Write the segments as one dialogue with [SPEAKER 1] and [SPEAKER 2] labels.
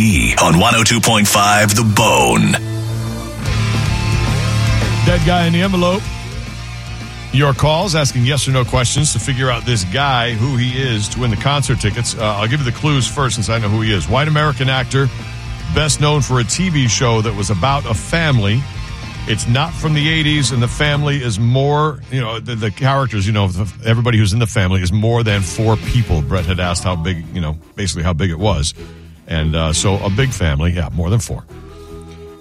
[SPEAKER 1] E on 102.5 The Bone.
[SPEAKER 2] Dead guy in the envelope. Your calls asking yes or no questions to figure out this guy, who he is, to win the concert tickets. Uh, I'll give you the clues first since I know who he is. White American actor, best known for a TV show that was about a family. It's not from the 80s, and the family is more, you know, the, the characters, you know, the, everybody who's in the family is more than four people. Brett had asked how big, you know, basically how big it was. And uh, so a big family, yeah, more than four.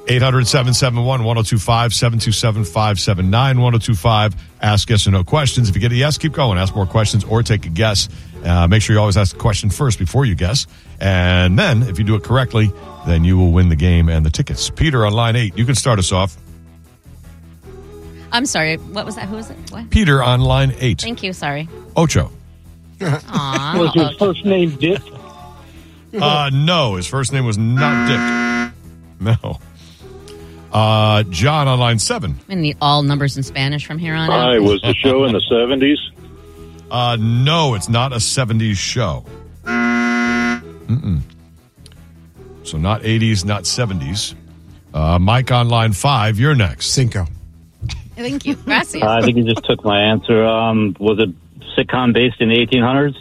[SPEAKER 2] 800 771 1025 727 579 1025. Ask yes or no questions. If you get a yes, keep going. Ask more questions or take a guess. Uh, make sure you always ask the question first before you guess. And then, if you do it correctly, then you will win the game and the tickets. Peter on line eight, you can start us off.
[SPEAKER 3] I'm sorry. What was that? Who was it? What?
[SPEAKER 2] Peter on line eight.
[SPEAKER 3] Thank you. Sorry.
[SPEAKER 2] Ocho.
[SPEAKER 3] Aw.
[SPEAKER 4] Was his first name Dick?
[SPEAKER 2] Uh, no, his first name was not Dick. No. Uh, John on line seven.
[SPEAKER 3] I'm gonna need all numbers in Spanish from here on out.
[SPEAKER 5] Hi, was the show in the 70s?
[SPEAKER 2] Uh, no, it's not a 70s show. Mm-mm. So not 80s, not 70s. Uh, Mike on line five, you're next.
[SPEAKER 6] Cinco.
[SPEAKER 3] Thank you. Gracias.
[SPEAKER 4] I think you just took my answer. Um, was it sitcom based in the 1800s?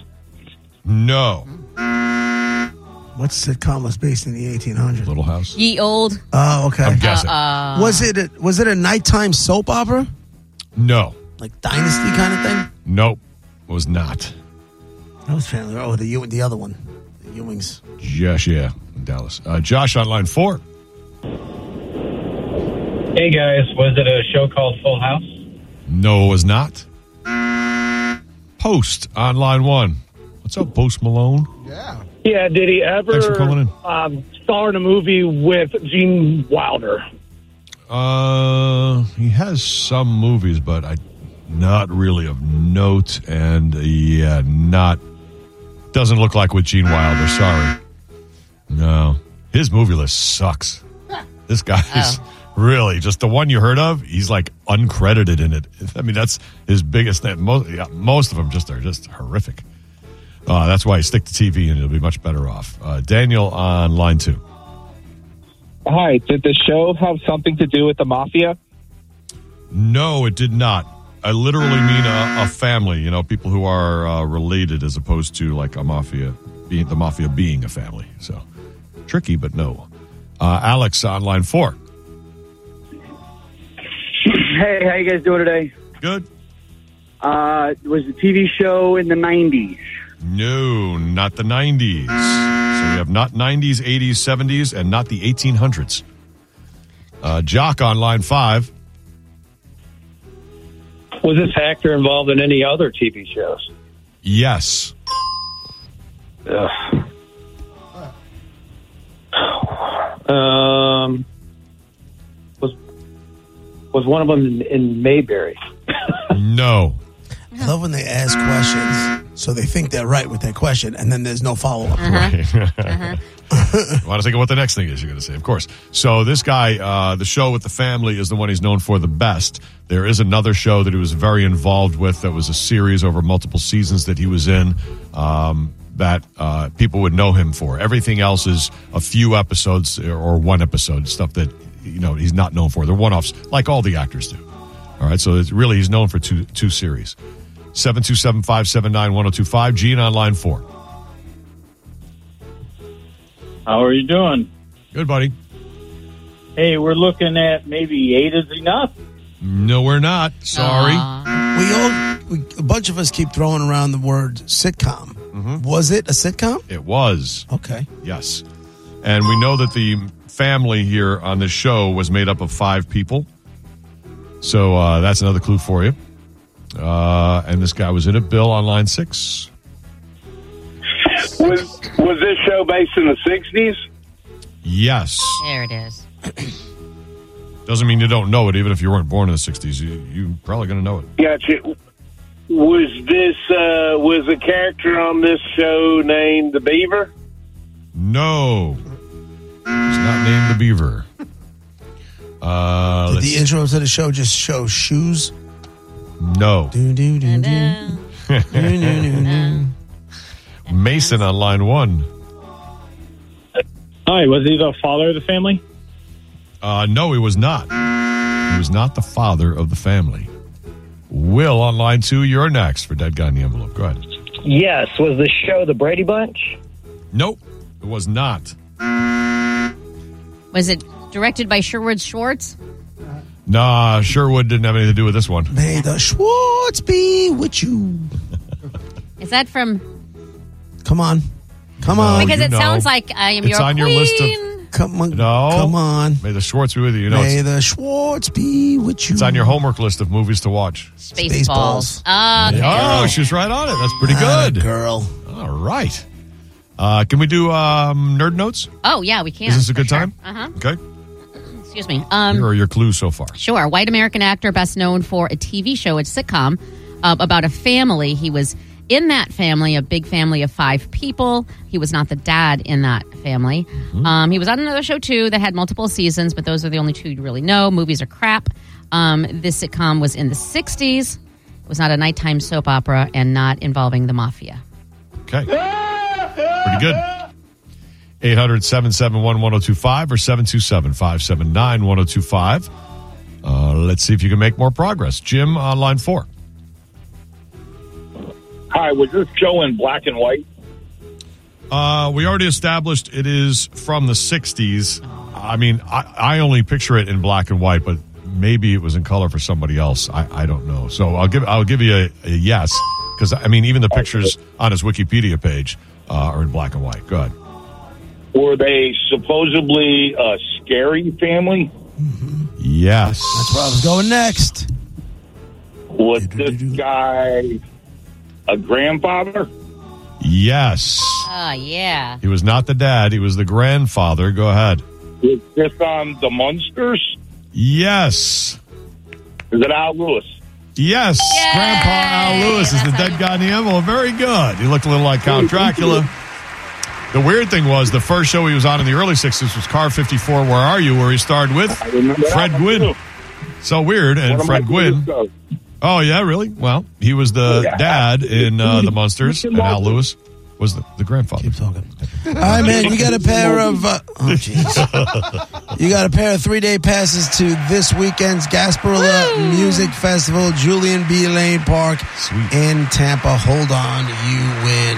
[SPEAKER 2] No.
[SPEAKER 6] What sitcom was based in the 1800s?
[SPEAKER 2] Little House.
[SPEAKER 3] Ye old. uh-uh.
[SPEAKER 6] Oh, okay.
[SPEAKER 2] I'm guessing.
[SPEAKER 3] uh,
[SPEAKER 6] Was it a, was it a nighttime soap opera
[SPEAKER 2] no.
[SPEAKER 6] like Dynasty kind of thing?
[SPEAKER 2] Nope. Was not.
[SPEAKER 6] That was family. Oh, the Ew- the other one, the Ewings.
[SPEAKER 2] Josh, yeah, in Dallas. Uh, Josh on line four.
[SPEAKER 7] Hey guys, was it a show called Full House?
[SPEAKER 2] No, was not. Post on line one. What's up, Post Malone?
[SPEAKER 6] Yeah.
[SPEAKER 8] Yeah, did he ever
[SPEAKER 2] Thanks for calling in.
[SPEAKER 8] Um, star in a movie with Gene Wilder?
[SPEAKER 2] Uh, he has some movies, but I not really of note, and uh, yeah, not doesn't look like with Gene Wilder. Sorry, no, his movie list sucks. This guy is really just the one you heard of. He's like uncredited in it. I mean, that's his biggest. Thing. Most yeah, most of them just are just horrific. Uh, that's why you stick to TV, and you'll be much better off. Uh, Daniel on line two.
[SPEAKER 7] Hi, did the show have something to do with the mafia?
[SPEAKER 2] No, it did not. I literally mean a, a family, you know, people who are uh, related as opposed to like a mafia, being the mafia being a family. So tricky, but no. Uh, Alex on line four.
[SPEAKER 9] Hey, how you guys doing today?
[SPEAKER 2] Good.
[SPEAKER 9] Uh, was the TV show in the '90s?
[SPEAKER 2] No, not the 90s. So we have not 90s, 80s, 70s, and not the 1800s. Uh, Jock on line five.
[SPEAKER 7] Was this actor involved in any other TV shows?
[SPEAKER 2] Yes.
[SPEAKER 7] Um, was was one of them in, in Mayberry?
[SPEAKER 2] No.
[SPEAKER 6] I love when they ask questions, so they think they're right with their question, and then there's no follow up.
[SPEAKER 2] I want to think of what the next thing is you're going to say, of course. So this guy, uh, the show with the family is the one he's known for the best. There is another show that he was very involved with that was a series over multiple seasons that he was in um, that uh, people would know him for. Everything else is a few episodes or- or one episode stuff that you know he's not known for. They're one-offs, like all the actors do. All right, so it's really he's known for two two series. Seven two seven five seven nine one zero two five. Gene on line four.
[SPEAKER 5] How are you doing?
[SPEAKER 2] Good buddy.
[SPEAKER 5] Hey, we're looking at maybe eight is enough.
[SPEAKER 2] No, we're not. Sorry.
[SPEAKER 3] Aw.
[SPEAKER 6] We all, we, a bunch of us keep throwing around the word sitcom. Was it a sitcom?
[SPEAKER 2] It was.
[SPEAKER 6] Mm-hmm. Okay.
[SPEAKER 2] Yes. And we know that the family here on this show was made up of five people. So uh, that's another clue for you. Uh, and this guy was in it. Bill on line six.
[SPEAKER 9] Was Was this show based in the '60s?
[SPEAKER 2] Yes.
[SPEAKER 3] There it is.
[SPEAKER 2] Doesn't mean you don't know it, even if you weren't born in the 60s. You, you're probably going to know it.
[SPEAKER 9] Gotcha. Was this uh, was a character on this show named the Beaver?
[SPEAKER 2] No. It's not named the Beaver. Uh,
[SPEAKER 6] Did
[SPEAKER 2] let's
[SPEAKER 6] the intro to the show just show shoes?
[SPEAKER 2] no.
[SPEAKER 6] Do, do, do, do.
[SPEAKER 2] Mm-hmm.
[SPEAKER 3] Da-da.
[SPEAKER 6] Do, do, do, do.
[SPEAKER 2] Mason on line one.
[SPEAKER 5] Hi, was he the father of the family?
[SPEAKER 2] Uh, no, he was not. He was not the father of the family. Will on line two, you're next for Dead Guy in the Envelope. Go ahead.
[SPEAKER 10] Yes, was the show The Brady Bunch?
[SPEAKER 2] Nope, it was not.
[SPEAKER 3] Was it directed by Sherwood Schwartz?
[SPEAKER 2] Nah, Sherwood didn't have anything to do with this one.
[SPEAKER 6] May the Schwartz be with you.
[SPEAKER 3] Is that from?
[SPEAKER 6] Come on. Come
[SPEAKER 2] No.
[SPEAKER 6] on.
[SPEAKER 2] Oh, you
[SPEAKER 3] Because it
[SPEAKER 2] know.
[SPEAKER 3] sounds like I am
[SPEAKER 2] It's
[SPEAKER 3] your
[SPEAKER 2] on your
[SPEAKER 3] queen.
[SPEAKER 2] list of-
[SPEAKER 6] Come on.
[SPEAKER 2] No.
[SPEAKER 6] Come on.
[SPEAKER 2] May the Schwartz be with you. You know,
[SPEAKER 6] May
[SPEAKER 2] it's,
[SPEAKER 6] the Schwartz be with you.
[SPEAKER 2] it's on your homework list of movies to watch.
[SPEAKER 3] Spaceballs.
[SPEAKER 6] Spaceballs.
[SPEAKER 3] Ah, okay.
[SPEAKER 2] Oh, she's right on it. That's pretty
[SPEAKER 6] Atta
[SPEAKER 2] good.
[SPEAKER 6] girl.
[SPEAKER 2] All right. Uh, can we do um, nerd notes?
[SPEAKER 3] Oh yeah, we can.
[SPEAKER 2] Is this a
[SPEAKER 3] for
[SPEAKER 2] good
[SPEAKER 3] sure.
[SPEAKER 2] time?
[SPEAKER 3] Uh huh.
[SPEAKER 2] Okay.
[SPEAKER 3] Excuse me. Um,
[SPEAKER 2] Here are your clues so far.
[SPEAKER 3] Sure. White American actor, best known for a TV show, a sitcom uh, about a family. He was in that family, a big family of five people. He was not the dad in that family. Um, he was on another show, too, that had multiple seasons, but those are the only two you really know. Movies are crap. Um, this sitcom was in the 60s. It was not a nighttime soap opera and not involving the mafia.
[SPEAKER 2] Okay. Pretty good. 800 771 1025 or 727 579 1025. Uh, Let's see if you can make more progress. Jim on line four.
[SPEAKER 9] Hi, was this Joe in black and white?
[SPEAKER 2] Uh, we already established it is from the 60s. I mean, I, I only picture it in black and white, but maybe it was in color for somebody else. I, I don't know. So I'll give I'll give you a, a yes because I mean even the pictures on his Wikipedia page uh, are in black and white. Go ahead.
[SPEAKER 9] Were they supposedly a scary family?
[SPEAKER 2] Yes.
[SPEAKER 6] That's where I was going next.
[SPEAKER 9] Was this guy a grandfather?
[SPEAKER 2] Yes.
[SPEAKER 3] Oh, yeah.
[SPEAKER 2] He was not the dad. He was the grandfather. Go ahead.
[SPEAKER 9] Was this on The Munsters?
[SPEAKER 2] Yes.
[SPEAKER 9] Is it Al Lewis?
[SPEAKER 2] Yes. Grandpa Al Lewis is
[SPEAKER 3] That's
[SPEAKER 2] the
[SPEAKER 3] how
[SPEAKER 2] dead
[SPEAKER 3] you-
[SPEAKER 2] guy in the envelope. Very good. He looked a little like Count Dracula. The weird thing was the first show he was on in the early 60s was Car 54, Where Are You? where he starred with
[SPEAKER 9] remember that
[SPEAKER 2] Fred
[SPEAKER 9] one,
[SPEAKER 2] Gwynn.
[SPEAKER 9] too.
[SPEAKER 2] So weird. And
[SPEAKER 9] One of
[SPEAKER 2] Fred
[SPEAKER 9] my
[SPEAKER 2] Gwynn.
[SPEAKER 9] favorites,
[SPEAKER 2] Oh, yeah, really? Well, he was the dad in uh, The Monsters, and Al Lewis was the, the grandfather.
[SPEAKER 6] Keep talking. All right, man. You got a pair of. Uh, oh, jeez. you got a pair of three day passes to this weekend's Gasparilla Music Festival, Julian B. Lane Park
[SPEAKER 2] Sweet.
[SPEAKER 6] in Tampa. Hold on. You win.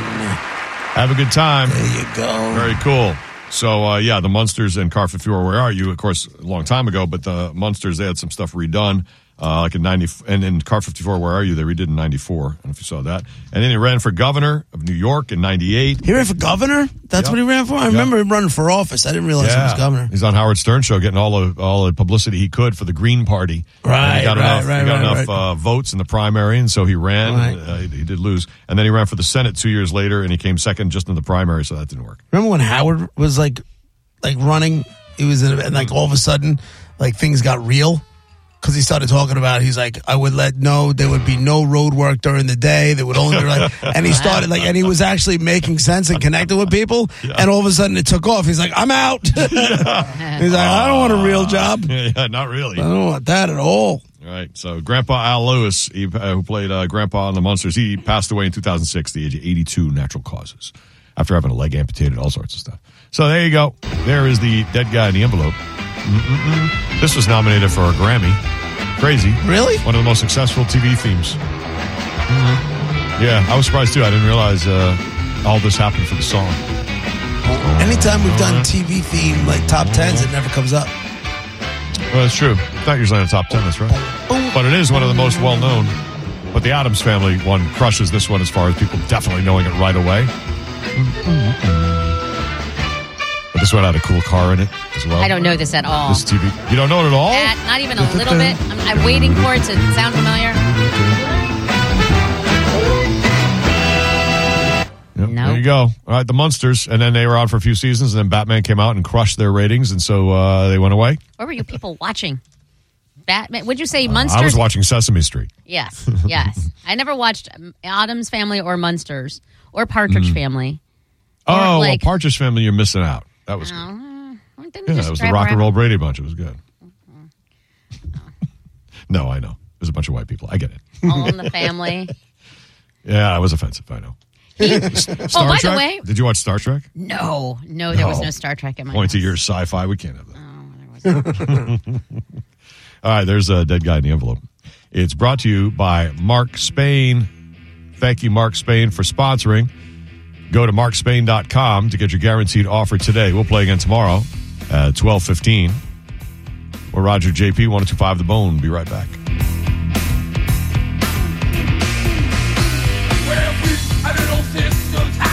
[SPEAKER 2] Have a good time.
[SPEAKER 6] There you go.
[SPEAKER 2] Very cool. So uh, yeah, the Munsters and Car 54, Where Are You? Of course, a long time ago, but the Munsters they had some stuff redone, uh, like in ninety and in Car 54, Where Are You? They redid in '94. I don't know if you saw that. And then he ran for governor of New York in '98.
[SPEAKER 6] He ran for governor? That's
[SPEAKER 2] Yep.
[SPEAKER 6] what he ran for? I remember him running for office. I didn't realize he was governor.
[SPEAKER 2] He's on Howard Stern show, getting all the all the publicity he could for the Green Party.
[SPEAKER 6] Right,
[SPEAKER 2] And he got
[SPEAKER 6] right,
[SPEAKER 2] enough,
[SPEAKER 6] right,
[SPEAKER 2] he got
[SPEAKER 6] right,
[SPEAKER 2] enough
[SPEAKER 6] right.
[SPEAKER 2] Uh, votes in the primary, and so he ran.
[SPEAKER 6] Right.
[SPEAKER 2] Uh, he, he did lose, and then he ran for the Senate two years later, and he came second just in the primary, so that didn't work.
[SPEAKER 6] Remember when Howard was like like running? He was in and like all of a sudden like things got real because he started talking about he's like I would let no there would be no road work during the day there would only be like and he started like and he was actually making sense and connecting with people and all of a sudden it took off he's like I'm out he's like I don't want a real job I
[SPEAKER 2] yeah, not really.
[SPEAKER 6] don't want that at all
[SPEAKER 2] All right. So Grandpa Al Lewis, he, uh, who played uh, Grandpa on the Monsters, he passed away in 2006, the age of 82, natural causes, after having a leg amputated, all sorts of stuff. So there you go. There is the dead guy in the envelope. Mm-mm-mm. This was nominated for a Grammy. Crazy.
[SPEAKER 6] really
[SPEAKER 2] One of the most successful TV themes. Mm-hmm. Yeah, I was surprised too. I didn't realize uh, all this happened for the song.
[SPEAKER 6] anytime we've done TV theme like top tens it never comes up
[SPEAKER 2] Well, that's true. It's not usually on the top 10, that's right. But it is one of the most well known. But the Adams Family one crushes this one as far as people definitely knowing it right away. But this one had a cool car in it as well.
[SPEAKER 3] I don't know this at all.
[SPEAKER 2] This TV. You don't know it at all?
[SPEAKER 3] That, not even a little bit. I'm, I'm waiting for it to sound familiar.
[SPEAKER 2] Yep,
[SPEAKER 3] No.
[SPEAKER 2] There you go. All right, the Munsters. And then they were on for a few seasons, and then Batman came out and crushed their ratings, and so uh, they went away.
[SPEAKER 3] Where were you people watching? Batman? Would you say
[SPEAKER 2] Uh, I
[SPEAKER 3] Munsters?
[SPEAKER 2] was watching Sesame Street.
[SPEAKER 3] yes, yes. I never watched um, Adam's Family or Munsters or Partridge
[SPEAKER 2] Mm.
[SPEAKER 3] Family. Or,
[SPEAKER 2] oh,
[SPEAKER 3] like-
[SPEAKER 2] well, Partridge Family, you're missing out. That was good.
[SPEAKER 3] Oh, didn't
[SPEAKER 2] Yeah,
[SPEAKER 3] we just
[SPEAKER 2] that was the
[SPEAKER 3] drive
[SPEAKER 2] rock and
[SPEAKER 3] around? Mm-hmm.
[SPEAKER 2] roll Brady Bunch. It was good. no, I know. There's a bunch of white people. I get it.
[SPEAKER 3] All in the family.
[SPEAKER 2] Yeah, it was offensive. I know. Star
[SPEAKER 3] oh, by
[SPEAKER 2] Trek?
[SPEAKER 3] the way,
[SPEAKER 2] did you watch Star Trek?
[SPEAKER 3] no, no, there was
[SPEAKER 2] No.
[SPEAKER 3] no Star Trek in my
[SPEAKER 2] Point to
[SPEAKER 3] house.
[SPEAKER 2] your sci-fi. We can't have
[SPEAKER 3] Oh,
[SPEAKER 2] that. All right, there's a dead guy in the envelope. It's brought to you by Mark Spain. Thank you, Mark Spain, for sponsoring. Go to markspain.com to get your guaranteed offer today. We'll play again tomorrow at 12.15. We're Roger JP, 1025 The Bone. Be right back.